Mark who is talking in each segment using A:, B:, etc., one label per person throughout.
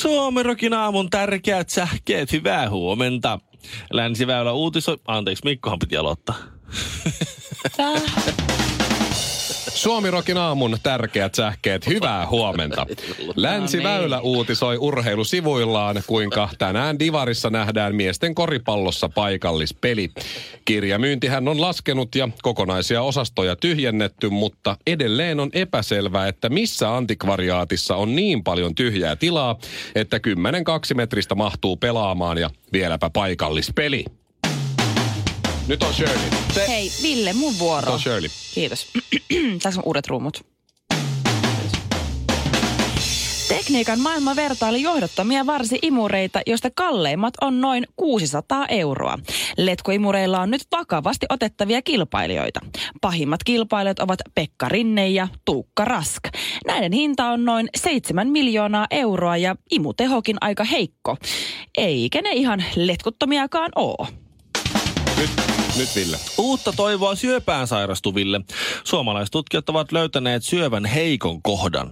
A: Suomirokin aamun tärkeät sähkeet, hyvää huomenta. Länsiväylä uutisoi... Anteeksi, Mikkohan piti aloittaa.
B: Suomirokin aamun tärkeät sähkeet, hyvää huomenta. Länsiväylä uutisoi urheilusivuillaan, kuinka tänään Divarissa nähdään miesten koripallossa paikallispeli. Kirjamyyntihän on laskenut ja kokonaisia osastoja tyhjennetty, mutta edelleen on epäselvää, että missä antikvariaatissa on niin paljon tyhjää tilaa, että 10 kaksimetristä mahtuu pelaamaan ja vieläpä paikallispeli. Nyt on Shirley. Te-
C: Hei, Ville, mun vuoro.
B: Nyt on Shirley.
C: Kiitos. Tässä on uudet ruumut. Tekniikan maailma vertaili johdottomia varsiimureita, joista kalleimmat on noin 600 euroa. Letkuimureilla on nyt vakavasti otettavia kilpailijoita. Pahimmat kilpailijat ovat Pekka Rinne ja Tuukka Rask. Näiden hinta on noin 7 miljoonaa euroa ja imutehokin aika heikko. Eikä ne ihan letkuttomiakaan oo.
B: Nyt, nyt Ville.
A: Uutta toivoa syöpään sairastuville. Suomalaistutkijat ovat löytäneet syövän heikon kohdan.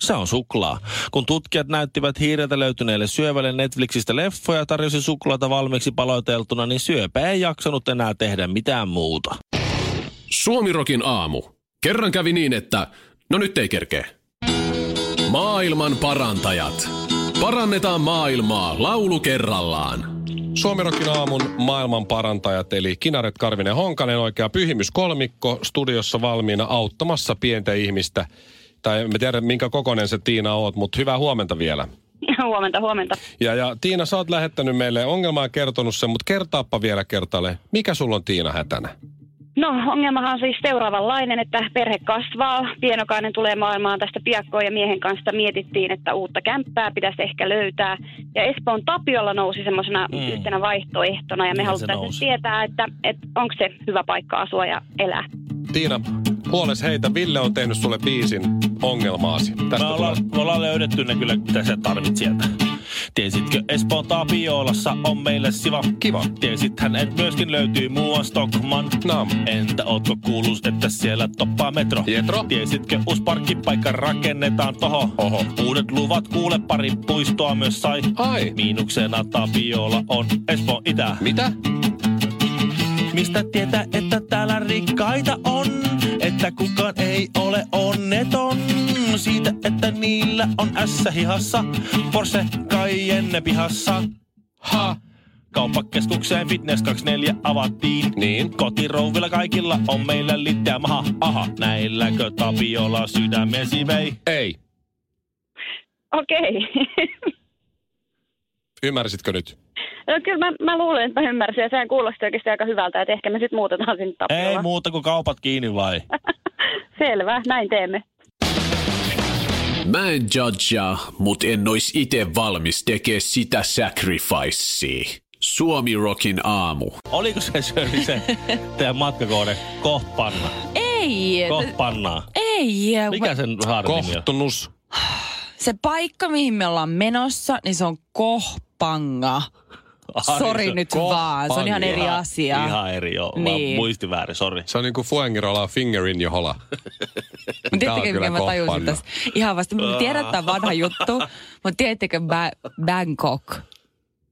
A: Se on suklaa. Kun tutkijat näyttivät hiireltä löytyneelle syövälle Netflixistä leffoja ja tarjosi suklaata valmiiksi paloiteltuna, niin syöpä ei jaksanut enää tehdä mitään muuta.
D: Suomirokin aamu. Kerran kävi niin, että no nyt ei kerkeä. Maailman parantajat. Parannetaan maailmaa laulu kerrallaan.
B: Suomirokin aamun maailman parantajat, eli Kinaret Karvinen Honkanen, oikea pyhimyskolmikko, studiossa valmiina auttamassa pientä ihmistä. Tai en mä tiedä, minkä kokonen se Tiina oot, mutta hyvää huomenta vielä.
E: Huomenta, huomenta.
B: Ja, ja Tiina, sä oot lähettänyt meille ongelmaa ja kertonut sen, mutta kertaappa vielä kertalle. Mikä sulla on Tiina hätänä?
E: No ongelmahan on siis seuraavanlainen, että perhe kasvaa, pienokainen tulee maailmaan tästä piakkoon ja miehen kanssa mietittiin, että uutta kämppää pitäisi ehkä löytää. Ja Espoon Tapiolla nousi semmoisena
A: Mm.
E: mm. yhtenä vaihtoehtona ja me
A: Niin se
E: halutaan nyt
A: nousi.
E: tietää, että, että onko se hyvä paikka asua ja elää.
B: Tiina, huoles heitä, Ville on tehnyt sulle biisin ongelmaasi. Tästä
A: Me ollaan,
B: tulee.
A: me ollaan löydetty ne kyllä, mitä sä tarvit sieltä. Tiesitkö, Espoon Tapiolassa on meille siva.
B: Kiva. No.
A: Tiesithän, että myöskin löytyy muuan Stockman.
B: Nam.
A: Entä ootko kuullut, että siellä toppaa metro?
B: Jetro.
A: Tiesitkö, uusi parkkipaikka rakennetaan toho?
B: Oho.
A: Uudet luvat kuule pari puistoa myös sai.
B: Ai.
A: Miinuksena Tapiola on Espoon itä.
B: Mitä?
A: Mistä tietää, että täällä rikkaita on? Että kukaan ei ole onneton. Siitä, että niillä on ässä hihassa. Porsche Cayenne pihassa. Ha! Kauppakeskukseen Fitness 24 avattiin.
B: Niin.
A: Kotirouvilla kaikilla on meillä litteä maha. Aha, näilläkö Tapiola sydämesi vei?
B: Ei.
E: Okei.
B: Ymmärsitkö nyt?
E: no kyllä mä, mä luulen, että mä ymmärsin ja sehän kuulosti oikeasti aika hyvältä, että ehkä me sitten muutetaan sinne Tapiolaan.
A: Ei muuta kuin kaupat kiinni vai?
E: Selvä, näin teemme.
D: Mä en judgea, mut en ois ite valmis tekee sitä sacrificea. Suomirokin aamu.
A: Oliko se Shirley se teidän matkakohde? Kohpanna.
C: Ei.
A: Kohpannaa.
C: Ei.
A: Mikä sen haaran nimi on?
B: Kohtunus.
C: Se paikka, mihin me ollaan menossa, niin se on Kohpanga.
A: Ai,
C: Sori
A: se-
C: nyt
B: Kohpanga.
C: vaan, se on ihan eri
A: Ihan-
C: asia.
A: Ihan eri, joo. Niin.
C: Niin.
A: Muistiväärin, sori.
B: Se on niin kuin Fuengirola finger in your hola.
C: Mut
B: Tää on
C: Tiedättekö,
B: kyllä
C: mikä mä tajusin
B: Kohpanga.
C: tässä? Ihan vasta, mä tiedän, että tää on vanha juttu, mutta tiedättekö ba- Bangkok?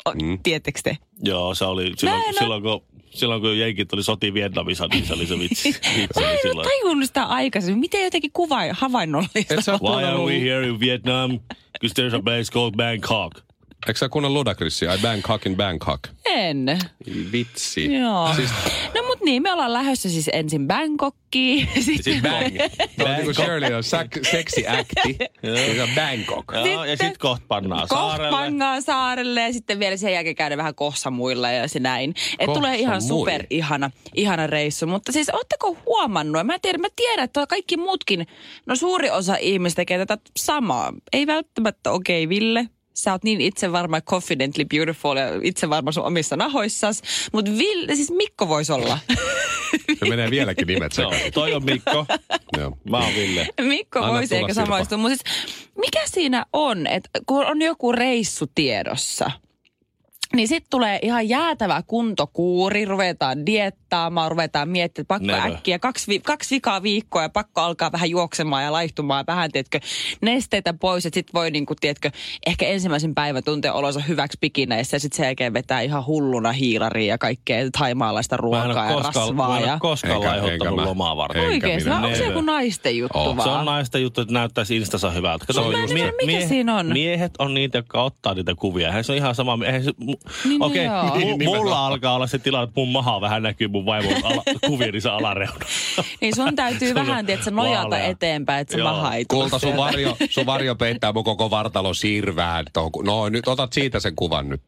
C: O,
A: Mm.
C: Tiedättekö te?
A: Joo, se oli silloin,
C: Mä en oo-
A: silloin, kun, silloin kun jenkit oli soti Vietnamissa, niin se oli se vitsi. vitsi
C: Mä
A: oli
C: en ole
A: silloin.
C: tajunnut sitä aikaisemmin. Miten jotenkin kuva havainnollista?
B: Et sä
A: Why are we here in Vietnam? Because there's a place called Bangkok.
B: Eikö sä kuunnella Ludacrissia? I Bangkok in Bangkok.
C: En.
B: Vitsi.
C: Joo.
B: Siis-
C: No mut niin, me ollaan lähdössä siis ensin Bangkokkiin. Sitten
A: Sitten bang.
B: Tämä on niin kuin Shirley on sak- seksiakti. Se on Bangkok.
A: Joo, ja sitten kohta pannaan saarelle.
C: Kohpangaan saarelle ja sitten vielä sen jälkeen käydä vähän kohsamuilla ja se näin. Et
B: Kohsamui.
C: tulee ihan super ihana, ihana reissu. Mutta siis ootteko huomannut, mä tiedän, mä tiedän, että kaikki muutkin, no suuri osa ihmistä tekee tätä samaa. Ei välttämättä, okei okay, Ville, Sä oot niin itsevarma, confidently beautiful ja itsevarma sun omissa nahoissas. Mutta siis Mikko voisi olla.
B: Se menee vieläkin nimet
A: Joo,
B: sekaisin.
A: toi on Mikko.
B: Joo.
A: Mä oon Ville.
C: Mikko
B: Anna
C: voisi
B: tulla,
C: ehkä
B: Sirpa.
C: samaistua, mutta siis mikä siinä on, että kun on joku reissu tiedossa, niin sitten tulee ihan jäätävä kuntokuuri, ruvetaan diettaamaan, ruvetaan miettimään, että pakko
A: Never.
C: äkkiä, kaksi, vi- kaksi vikaa viikkoa ja pakko alkaa vähän juoksemaan ja laihtumaan, vähän, tiedätkö, nesteitä pois, että sitten voi, niinku, tiedätkö, ehkä ensimmäisen päivän tuntea olonsa hyväksi pikineissä ja sitten sen jälkeen vetää ihan hulluna hiilaria ja kaikkea taimaalaista
A: Mä en
C: ruokaa
A: ole
C: ja
A: koskaan,
C: rasvaa.
A: mä en ole
C: ja...
A: koskaan
B: Eikä-
A: aiheuttanut
B: eikä mä.
A: lomaa varten.
B: Ei. enkä
C: Oikeesti,
B: minä.
C: vai onko se joku
A: Never.
C: naisten juttu
B: Oo.
C: vaan?
A: Oh,
C: Niin
A: Se on naisten juttu, että näyttäisi Instassa hyvältä. Kato,
B: Se on Mä en just
C: tiedä, se. mikä siinä on.
A: Miehet on niitä, jotka ottaa niitä kuvia. Eihän se on ihan sama. Eihän se, mu-
C: Niin, no
A: okei,
C: joo.
A: mu-
B: Niin, nimenomaan.
A: mulla alkaa olla se tilanne, että mun maha vähän näkyy mun vaimon ala, kuvien niissä alareunalla.
C: Niin sun täytyy
A: Se on
C: vähän, tiedätkö, nojata
A: vaalea.
C: eteenpäin, että se
A: Joo.
C: maha ei tule
B: Kulta, sun
C: sieltä.
B: varjo, sun varjo peittää mun koko vartalon sirvään. tohon ku- No nyt otat siitä sen kuvan nyt.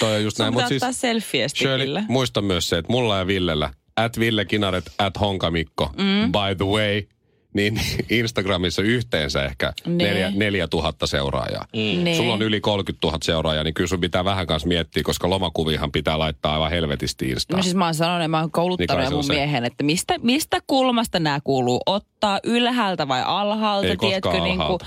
B: Toi on just
C: Sun
B: näin. Mut
C: pitää
B: siis,
C: ottaa selfie
B: Shirley,
C: stickillä.
B: muista myös se, että mulla ja Villellä, at Ville Kinaret, at Honkamikko, mm. by the way, niin Instagramissa yhteensä ehkä
C: Ne.
B: neljä, neljä tuhatta seuraajaa.
C: Ne.
B: Mm, Sulla on yli 30 000 seuraajaa, niin kyllä sun pitää vähän kanssa miettiä, koska lomakuvihan pitää laittaa aivan helvetisti Instaan.
C: No siis mä oon sanonut, ja mä oon kouluttanut
B: Niin kai
C: ja
B: se
C: mun
B: on se.
C: miehen, että mistä, mistä kulmasta nämä kuuluu ottaa, ylhäältä vai alhaalta,
B: Ei koskaan
C: tiedätkö? Niin
B: alhaalta.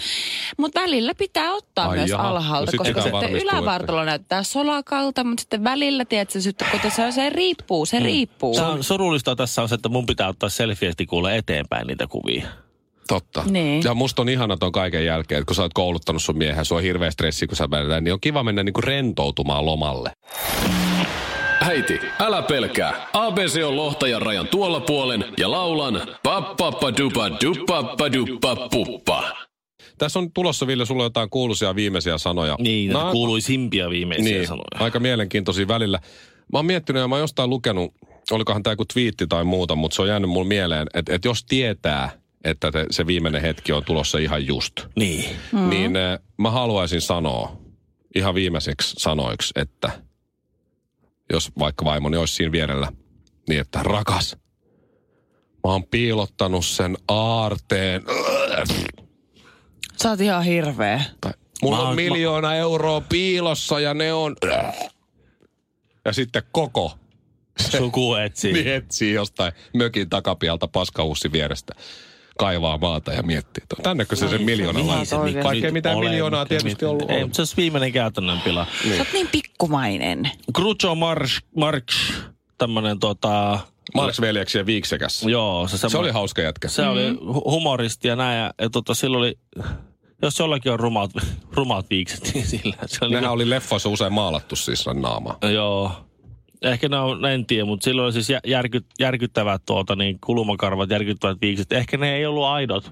C: Mutta välillä pitää ottaa
B: Ai
C: myös
B: jaha. No
C: alhaalta,
B: sit
C: koska
B: pitää
C: sitten
B: varmistua,
C: ylävartalo näyttää solakalta, mutta sitten välillä, tiedätkö, sitten kun se, se riippuu,
B: Mm.
C: se riippuu.
A: Se on surullista tässä on se, että mun pitää ottaa selfie-tikulla eteenpäin niitä kuvia.
B: Totta.
C: Niin.
B: Ja musta on ihana ton kaiken jälkeen, että kun sä oot kouluttanut sun miehen, se on hirveä stressi, kun sä menetään, niin on kiva mennä niinku rentoutumaan lomalle.
D: Äiti, älä pelkää. ABC on lohtajan rajan tuolla puolen ja laulan pappappadupa dupapaduppa puppa.
B: Tässä on tulossa, Ville, sulla jotain kuuluisia viimeisiä sanoja.
A: Niin,
B: Nää-
A: no, kuuluisimpia viimeisiä
B: niin,
A: sanoja.
B: aika mielenkiintoisia välillä. Mä oon miettinyt ja mä oon jostain lukenut, olikohan tämä joku twiitti tai muuta, mutta se on jäänyt mulla mieleen, että, että jos tietää, että te, se viimeinen hetki on tulossa ihan just,
A: Niin.
B: mm. niin äh, mä haluaisin sanoa ihan viimeiseksi sanoiksi, että jos vaikka vaimoni olisi siinä vierellä, niin että rakas, mä oon piilottanut sen aarteen.
C: Sä oot ihan hirveä.
B: Tai, mulla
A: Mä
B: on
A: oon-
B: miljoona euroa piilossa ja ne on... Ja sitten koko
A: Suku etsii.
B: niin etsii jostain mökin takapialta paskaussi vierestä kaivaa maata ja miettii, että tännekkö se sen
A: niin.
B: miljoonan
C: Ihan
B: laittaa.
C: oikein.
B: Vaikka ei mitään
A: Ole,
B: miljoonaa
A: mitkä-
B: tietysti
A: mit-
B: ollut.
A: Ei,
B: ollut.
A: mutta se olisi viimeinen käytännön pila.
C: Sä oot niin pikkumainen.
A: Grucho Marx, Marx tämmönen tota...
B: Marx veljeksi ja viiksekäs.
A: Joo, se, Mm-hmm.
B: Se
A: semmo-
B: oli hauska jätkä.
A: se oli hu- humoristi ja näin. Ja, ja tota, sillä oli, jos jollakin on rumat, rumat viikset, niin sillä se oli...
B: Nehän oli leffoissa usein maalattu siis sen naamaa.
A: Joo. Ehkä ne on, en tiedä, mutta silloin siis jä- järky, järkyttävät tuota, niin kulmakarvat, järkyttävät viikset. Ehkä ne ei ollut aidot.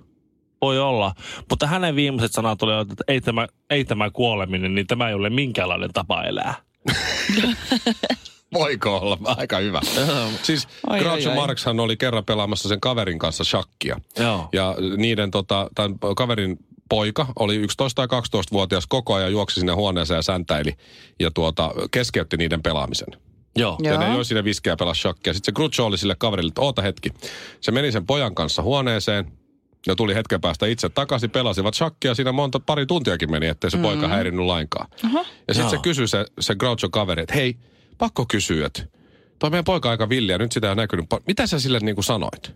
A: Voi olla. Mutta hänen viimeiset sanat olivat, että ei tämä, ei tämä kuoleminen, niin tämä ei ole minkäänlainen tapa elää.
B: Voiko olla? Aika hyvä. siis
C: Ai,
B: Groucho
C: ai, ai.
B: Marxhan oli kerran pelaamassa sen kaverin kanssa shakkia.
A: Joo.
B: Ja niiden tota, tämän kaverin poika oli 11 tai 12-vuotias koko ajan juoksi sinne huoneeseen ja säntäili ja tuota, keskeytti niiden pelaamisen.
A: Joo.
B: Ja
C: Joo.
B: ne joi sinne viskiä ja pelasi shakkia. Sitten se Grucho oli sille kaverille, että oota hetki. Se meni sen pojan kanssa huoneeseen. Ne tuli hetken päästä itse takaisin, pelasivat shakkia. Siinä monta, pari tuntiakin meni, ettei se mm. poika häirinnyt lainkaan. Uh-huh. Ja sitten se
A: Joo.
B: kysyi se, se Groucho kaveri, että hei, pakko kysyä, että toi meidän poika aika villiä, nyt sitä ei ole näkynyt. pa- Mitä sä sille niin kuin sanoit?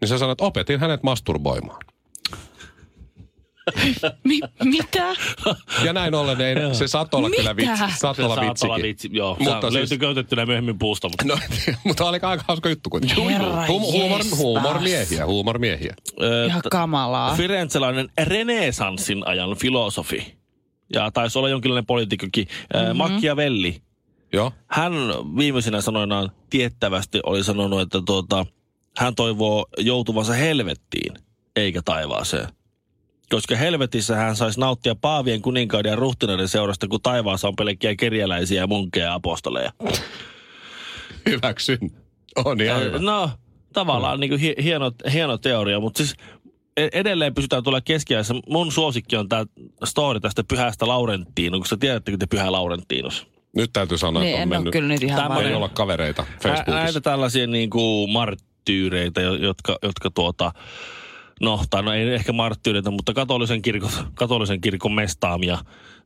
B: Niin sä sanoit, että opetin hänet masturboimaan.
C: Mi- mitä?
B: Ja näin ollen ei, se saattoi olla kyllä
C: Mitä?
B: vitsi.
A: Se
B: Saattoi olla
A: saattaa olla
B: vitsikin.
A: vitsi. Joo,
B: Mutta
A: mutta
B: siis-
A: löytyi siis... köytettynä myöhemmin puusta, mutta
B: No, mutta oli aika hauska juttu kuitenkin.
C: Herra
B: Huum- huumor,
C: jestas.
B: huumormiehiä, huumormiehiä.
A: ö,
C: Ihan
A: t-
C: kamalaa.
A: Firenzeläinen renesanssin ajan filosofi. Ja taisi olla jonkinlainen poliitikkokin. Mm-hmm. Machiavelli.
B: Joo.
A: Hän viimeisinä sanoinaan tiettävästi oli sanonut, että tuota, hän toivoo joutuvansa helvettiin, eikä taivaaseen. Koska helvetissä hän saisi nauttia paavien kuninkaiden ja ruhtinaiden seurasta, kun taivaassa on pelkkiä kerjäläisiä, munkkeja ja apostoleja.
B: Hyväksyn. On ihan hyvä.
A: No, tavallaan niin kuin hieno, hieno teoria, mutta siis e- edelleen pysytään tuolla keskiajassa. Mun suosikki on tämä story tästä pyhästä Laurenttiinuksesta. Tiedättekö te pyhä Laurenttiinus?
B: Nyt täytyy sanoa,
C: Niin,
B: että on
C: en ole
B: mennyt.
C: kyllä nyt ihan
A: Tämmönen-
B: Ei
C: varma.
B: olla kavereita
A: Nä- Näitä
B: Facebookissa.
A: tällaisia niin kuin marttyyreitä, jo- jotka, jotka tuota, no, tai no ei ehkä marttyyreitä, mutta katolisen kirkon, katolisen kirkon mestaamia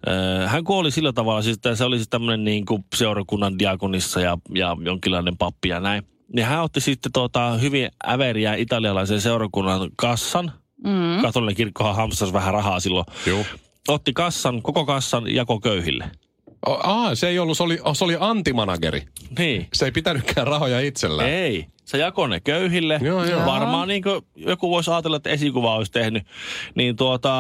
A: Öö, Hän kuoli sillä tavalla, siis tää- se oli siis tämmöinen niin kuin seurakunnan diakonissa ja, ja jonkinlainen pappi ja näin. Niin hän otti sitten tota, hyvin äveriä italialaisen seurakunnan kassan. Mm. Katolinen kirkkohan hamstasi vähän rahaa silloin.
B: Juu.
A: Otti kassan, koko kassan jako köyhille.
B: O- Aa, se ei ollut, se oli, se oli antimanageri.
A: Niin.
B: Se ei pitänytkään rahoja itsellään.
A: Ei, se jakoi ne köyhille.
B: Joo, joo.
A: Varmaan niin kuin joku voisi ajatella, että esikuva olisi tehnyt. Niin tuota,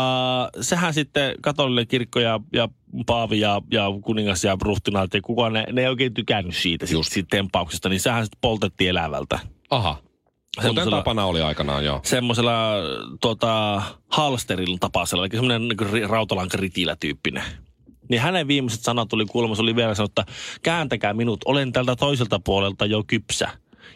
A: sehän sitten katolinen kirkko ja, ja paavi ja, ja kuningas ja ruhtinaat ja kukaan, ne, ne ei oikein tykännyt siitä,
B: Just.
A: siitä, siitä tempauksesta. Niin sehän sitten poltettiin elävältä.
B: Aha. Kuten
A: Semmoisella-
B: tapana oli aikanaan, joo.
A: Semmoisella tota, halsterilla tapaisella, eli semmoinen niin rautalankritillä tyyppinen. Niin hänen viimeiset sanat tuli kuulemma, se oli vielä sanottu, että kääntäkää minut, olen tältä toiselta puolelta jo kypsä.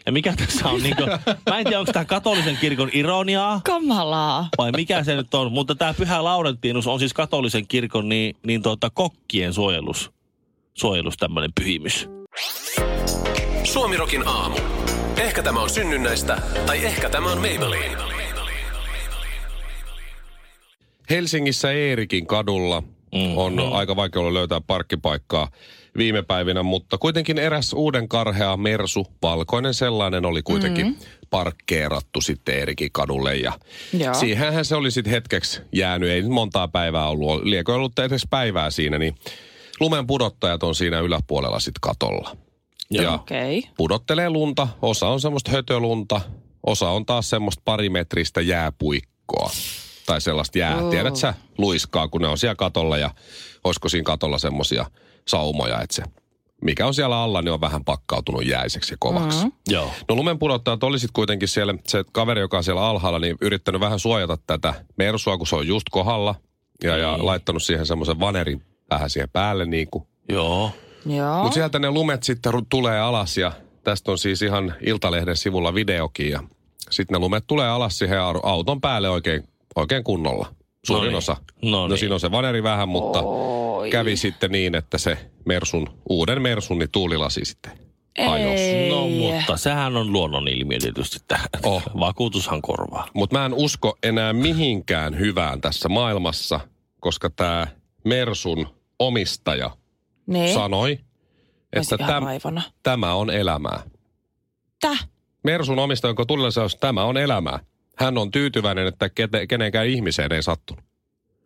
A: Ja mikä tässä on, niin kuin, mä en tiedä, onko tämä katolisen kirkon ironiaa
C: Kamalaa.
A: vai mikä se nyt on, mutta tämä pyhä Laurentinus on siis katolisen kirkon niin, niin tuota, kokkien suojelus, suojelus tämmöinen pyhimys.
D: Suomirokin aamu. Ehkä tämä on synnynnäistä, tai ehkä tämä on Maybelline.
B: Helsingissä Eerikin kadulla
C: Mm.
B: on aika vaikea ollut löytää parkkipaikkaa viime päivinä, mutta kuitenkin eräs uuden karhea Mersu, valkoinen sellainen, oli kuitenkin
C: Mm.
B: parkkeerattu sitten Eerikin kadulle. Ja
C: Joo.
B: siihenhän se oli sitten hetkeksi jäänyt, ei nyt montaa päivää ollut, liekö ollut edes päivää siinä, niin lumen pudottajat on siinä yläpuolella sitten katolla.
A: Joo.
B: Ja
C: Okei. Okay.
B: pudottelee lunta, osa on semmoista hötölunta, osa on taas semmoista parimetristä jääpuikkoa. Tai sellaista jää,
C: Oo.
B: oh. tiedät sä, luiskaa, kun ne on siellä katolla ja olisiko siinä katolla semmoisia saumoja, että se mikä on siellä alla, niin on vähän pakkautunut jäiseksi ja kovaksi.
C: Mm.
B: Mm-hmm.
A: Joo.
B: No lumenpudottajat olisit kuitenkin siellä, se kaveri, joka on siellä alhaalla, niin yrittänyt vähän suojata tätä mersua, kun se on just kohdalla. Ja, ja
A: Niin.
B: laittanut siihen semmoisen vanerin vähän siihen päälle niin kuin
A: Joo.
C: Joo.
A: Oh.
B: mutta sieltä ne lumet sitten ru- tulee alas ja tästä on siis ihan Iltalehden sivulla videokin. Ja sitten ne lumet tulee alas siihen au- auton päälle oikein, oikein kunnolla. Suurin
A: Noniin.
B: osa.
A: Noniin.
B: No siinä on se vaneri vähän, mutta
C: Oi.
B: kävi sitten niin, että se Mersun, uuden Mersun, niin tuulilasi sitten hajosi.
C: Ei.
A: No mutta sehän on luonnonilmiö tietysti. Tämä.
B: Oh.
A: Vakuutushan korvaa.
B: Mutta mä en usko enää mihinkään hyvään tässä maailmassa, koska tämä Mersun omistaja
C: Niin.
B: sanoi, että
C: Olisi ihan
B: täm,
C: raivona.
B: tämä on elämää.
C: Täh?
B: Mersun omistaja, jonka tulilla sanoisi, että tämä on elämää. Hän on tyytyväinen, että kete- kenenkään ihmiseen ei sattunut.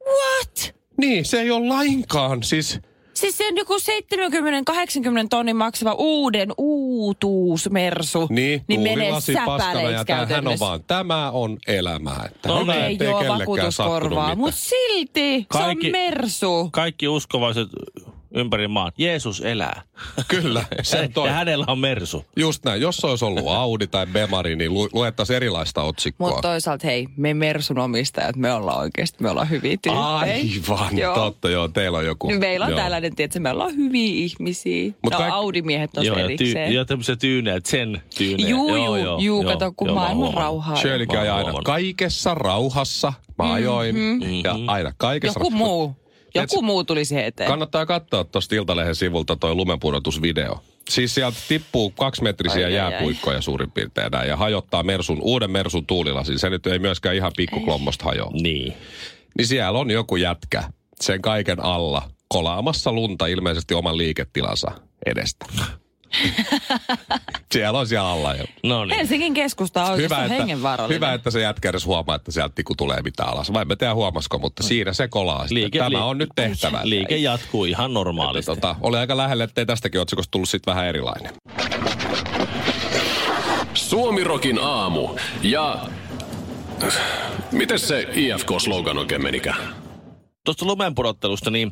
C: What?
B: Niin, se ei ole lainkaan. Siis
C: Siis se on joku 70-80 tonnin maksava uuden uutuusmersu.
B: niin,
C: niin mene
B: tuulilasi paskana
C: säpäleiksi
B: ja tämähän on
C: käytännössä.
B: vaan, tämä on elämää. Että
A: No
C: Okei,
B: hyvä, ettei
C: joo,
B: kellekään sattunut
C: vakuutuskorvaa,
B: mitään.
C: mutta silti se
A: Kaikki-
C: on mersu.
A: Kaikki uskovaiset ympäri maan. Jeesus elää.
B: Kyllä, se toi.
A: ja hänellä on mersu.
B: Just näin, jos se olisi ollut Audi tai Bemari, niin lu- luettaisiin erilaista otsikkoa.
C: Mutta toisaalta hei, me mersun omistajat, me ollaan oikeasti, me ollaan hyviä tyyppejä.
B: Aivan,
C: Joo.
B: totta, joo, teillä on joku.
C: Niin Meillä on
B: joo.
C: tällainen, tietysti, me ollaan hyviä ihmisiä.
B: Mut
C: no,
B: kaikki-
C: Audi-miehet on
A: ja,
C: erikseen.
A: ja tämmöisiä tyynejä, sen tyynejä.
C: Juu, juu, juu, kato, kun
A: mä
C: maailman
A: huomaan.
C: rauhaa.
B: Shirleykin
A: Mä
B: ajaa aina
A: huomannut.
B: kaikessa rauhassa. Mä ajoin ja aina kaikessa
C: Mhm. Joku
B: rauhassa.
C: muu. Joku muu tuli siihen eteen.
B: Kannattaa katsoa tuosta Iltalehen sivulta toi lumenpudotusvideo. Siis sieltä tippuu kaksimetrisiä
C: Ai, ai, ai.
B: jääpuikkoja suurin piirtein näin ja hajottaa Mersun, uuden Mersun tuulilasin. Se nyt ei myöskään ihan pikkuklommosta hajoa.
A: Niin.
B: Niin siellä on joku jätkä sen kaiken alla kolaamassa lunta ilmeisesti oman liiketilansa edestä. siellä on siellä alla jo.
A: No niin.
C: Helsingin keskusta on
B: Hyvä
C: oikeastaan
B: että,
C: hengenvaarallinen.
B: hyvä, että se jätkä edes huomaa, että sieltä tiku tulee mitään alas. Vai mä tiedä huomasiko, mutta siinä se kolaa. sitten.
A: Liike-
B: Tämä
A: liike-
B: on nyt tehtävä.
A: Liike jatkuu ihan normaalisti.
B: Että Tota, oli aika lähellä, ettei tästäkin otsikosta tullut sitten vähän erilainen.
D: Suomirokin aamu. Ja... Miten se IFK-slogan oikein menikään?
A: Tuosta lumenpudottelusta, niin,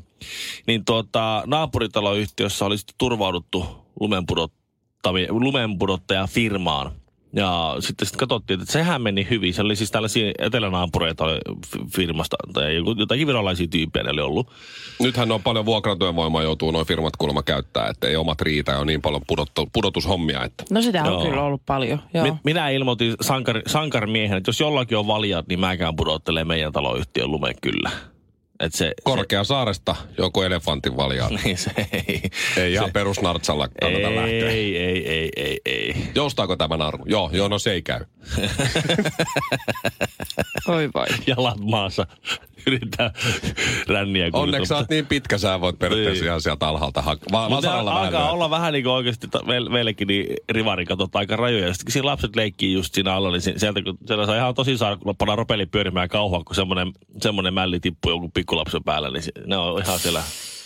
A: niin tuota, naapuritaloyhtiössä oli sitten turvauduttu lumenpudottami- lumenpudottajafirmaan. Ja sitten sitten katsottiin, että sehän meni hyvin. Se oli siis tällaisia etelänaapureita oli f- firmasta, tai joku- jotakin virolaisia tyyppejä ne oli ollut.
B: Nythän on paljon vuokratyövoimaa joutuu noin firmat kuulemma käyttää, että ei omat riitä ja on niin paljon pudottu, pudotushommia, että
C: No sitä on
A: Joo.
C: kyllä ollut paljon. Joo.
A: Mi- minä ilmoitin sankar, sankarmiehen, että jos jollakin on valjat, niin mä käyn pudottelee meidän taloyhtiön lumen kyllä. Et se,
B: korkea saaresta joku elefantin valjaa.
A: se, niin se ei.
B: Ei ihan perusnartsalla kannata
A: ei,
B: lähteä.
A: ei, ei, ei, ei, ei.
B: Joustaako tämä naru? Joo, joo, no se ei käy.
C: Oi vai.
A: Jalat maassa. yrittää ränniä kuljetella.
B: Onneksi sä oot niin pitkä, sä voit periaatteessa
A: Niin.
B: ihan sieltä alhaalta hak- va-
A: Mutta
B: vasaralla
A: alkaa
B: vähän
A: olla vähän niin kuin oikeasti ta- meil- meillekin niin rivari katsotaan aika rajoja. Ja sitten kun siinä lapset leikkii just siinä alla, niin si- sieltä kun siellä saa ihan tosi saada, kun pannaan ropeli pyörimään kauhaan, kun semmoinen, semmoinen mälli tippuu jonkun pikkulapsen päällä, niin se, ne on ihan siellä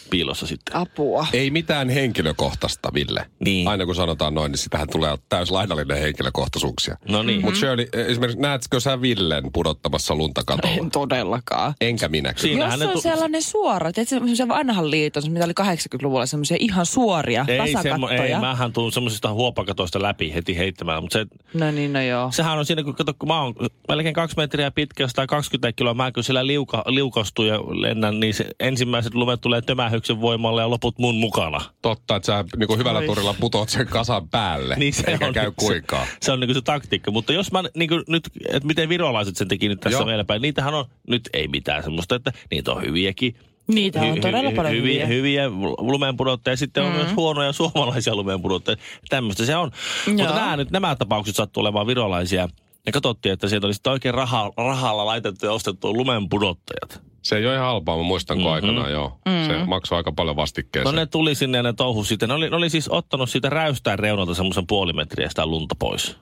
A: piilossa sitten.
C: Apua.
B: Ei mitään henkilökohtaista, Ville.
A: Niin.
B: Aina kun sanotaan noin, niin sitähän tulee täys lainallinen henkilökohtaisuuksia.
A: No niin.
B: Mutta Shirley, e, esimerkiksi näetkö sä Villen pudottamassa lunta katolla?
C: En todellakaan.
B: Enkä minä kyllä.
A: Siinä-
C: Jos
A: Siinähän ne
C: on
A: tu-
C: sellainen suora, tiedätkö, semmoisia vanhan liiton, mitä oli 80-luvulla, semmoisia ihan suoria ei,
A: semmo-
C: tasakattoja.
A: ei, mähän tuun semmoisista huopakatoista läpi heti heittämällä, mutta se,
C: No niin, no joo.
A: Sehän on siinä, kun, kato, kun mä oon melkein kaksi metriä pitkä, 120 kiloa, mä kun sillä liuka, liukastuu ja lennän, niin se ensimmäiset lumet tulee tömähyksen voimalla ja loput mun mukana.
B: Totta, että sä niin hyvällä turilla putoat sen kasan päälle,
A: Niin se
B: eikä
A: on
B: käy
A: nyt se-
B: kuinkaan.
A: Se on niin se taktiikka, mutta jos mä niin nyt, että miten virolaiset sen teki nyt tässä
B: Joo.
A: meillä päin, niitähän on, nyt ei mitään semmoista, että niitä on hyviäkin.
C: Niitä on todella paljon
A: hyviä. Hyviä
C: hyviä.
A: lumenpudottajia, ja sitten mm. on myös huonoja suomalaisia lumenpudottajia. Tämmöistä se on. Mutta
C: Joo.
A: nämä, nyt, nämä tapaukset sattuu olemaan virolaisia. Ja katsottiin, että sieltä oli sitten oikein raha, rahalla laitettu ja ostettu lumenpudottajat.
B: Se ei ole ihan halpaa, mä muistan kun mm-hmm. aikana joo. Mm-hmm. Se maksoi aika paljon
A: No
B: vastikkeeseen.
A: ne tuli sinne ja ne touhu sitten. Ne oli, ne oli siis ottanut siitä räystään reunalta semmoisen puoli metriä sitä lunta pois.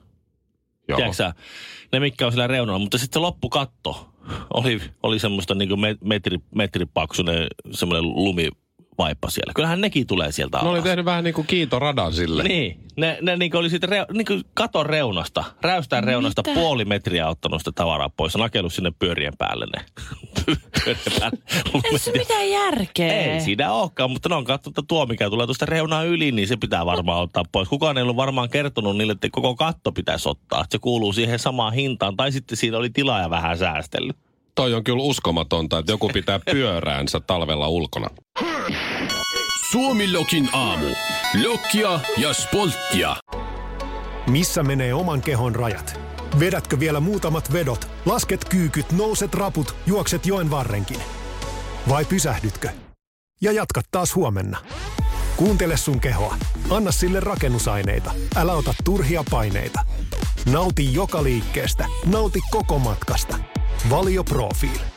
B: Joo.
A: Tiedätkö sä, ne mitkä on sillä reunalla, mutta sitten se loppukatto oli, oli semmoista niin metri, metri paksunen semmoinen lumivaippa siellä. Kyllähän nekin tulee sieltä
B: Ne oli
A: alas.
B: tehnyt vähän niin kuin kiitoradan sille.
A: Niin, ne, ne niin oli siitä reu, niin katon reunasta, räystään reunasta
C: No Mitä?
A: puoli metriä ottanut sitä tavaraa pois ja nakellut sinne pyörien päälle ne. pyörien päälle.
C: Ei se mitään järkeä.
A: Ei siinä olekaan, mutta ne on katsottu, että tuo mikä tulee tuosta reunaa yli, niin se pitää varmaan ottaa pois. Kukaan ei ollut varmaan kertonut niille, että koko katto pitäisi ottaa. että Se kuuluu siihen samaan hintaan, tai sitten siinä oli tilaaja vähän säästellyt.
B: Toi on kyllä uskomatonta, että joku pitää pyöräänsä talvella ulkona.
D: Suomilokin aamu. Lokkia ja spolttia.
F: Missä menee oman kehon rajat? Vedätkö vielä muutamat vedot, lasket kyykyt, nouset raput, juokset joen varrenkin? Vai pysähdytkö? Ja jatka taas huomenna. Kuuntele sun kehoa. Anna sille rakennusaineita. Älä ota turhia paineita. Nauti joka liikkeestä. Nauti koko matkasta. Valio Profiili.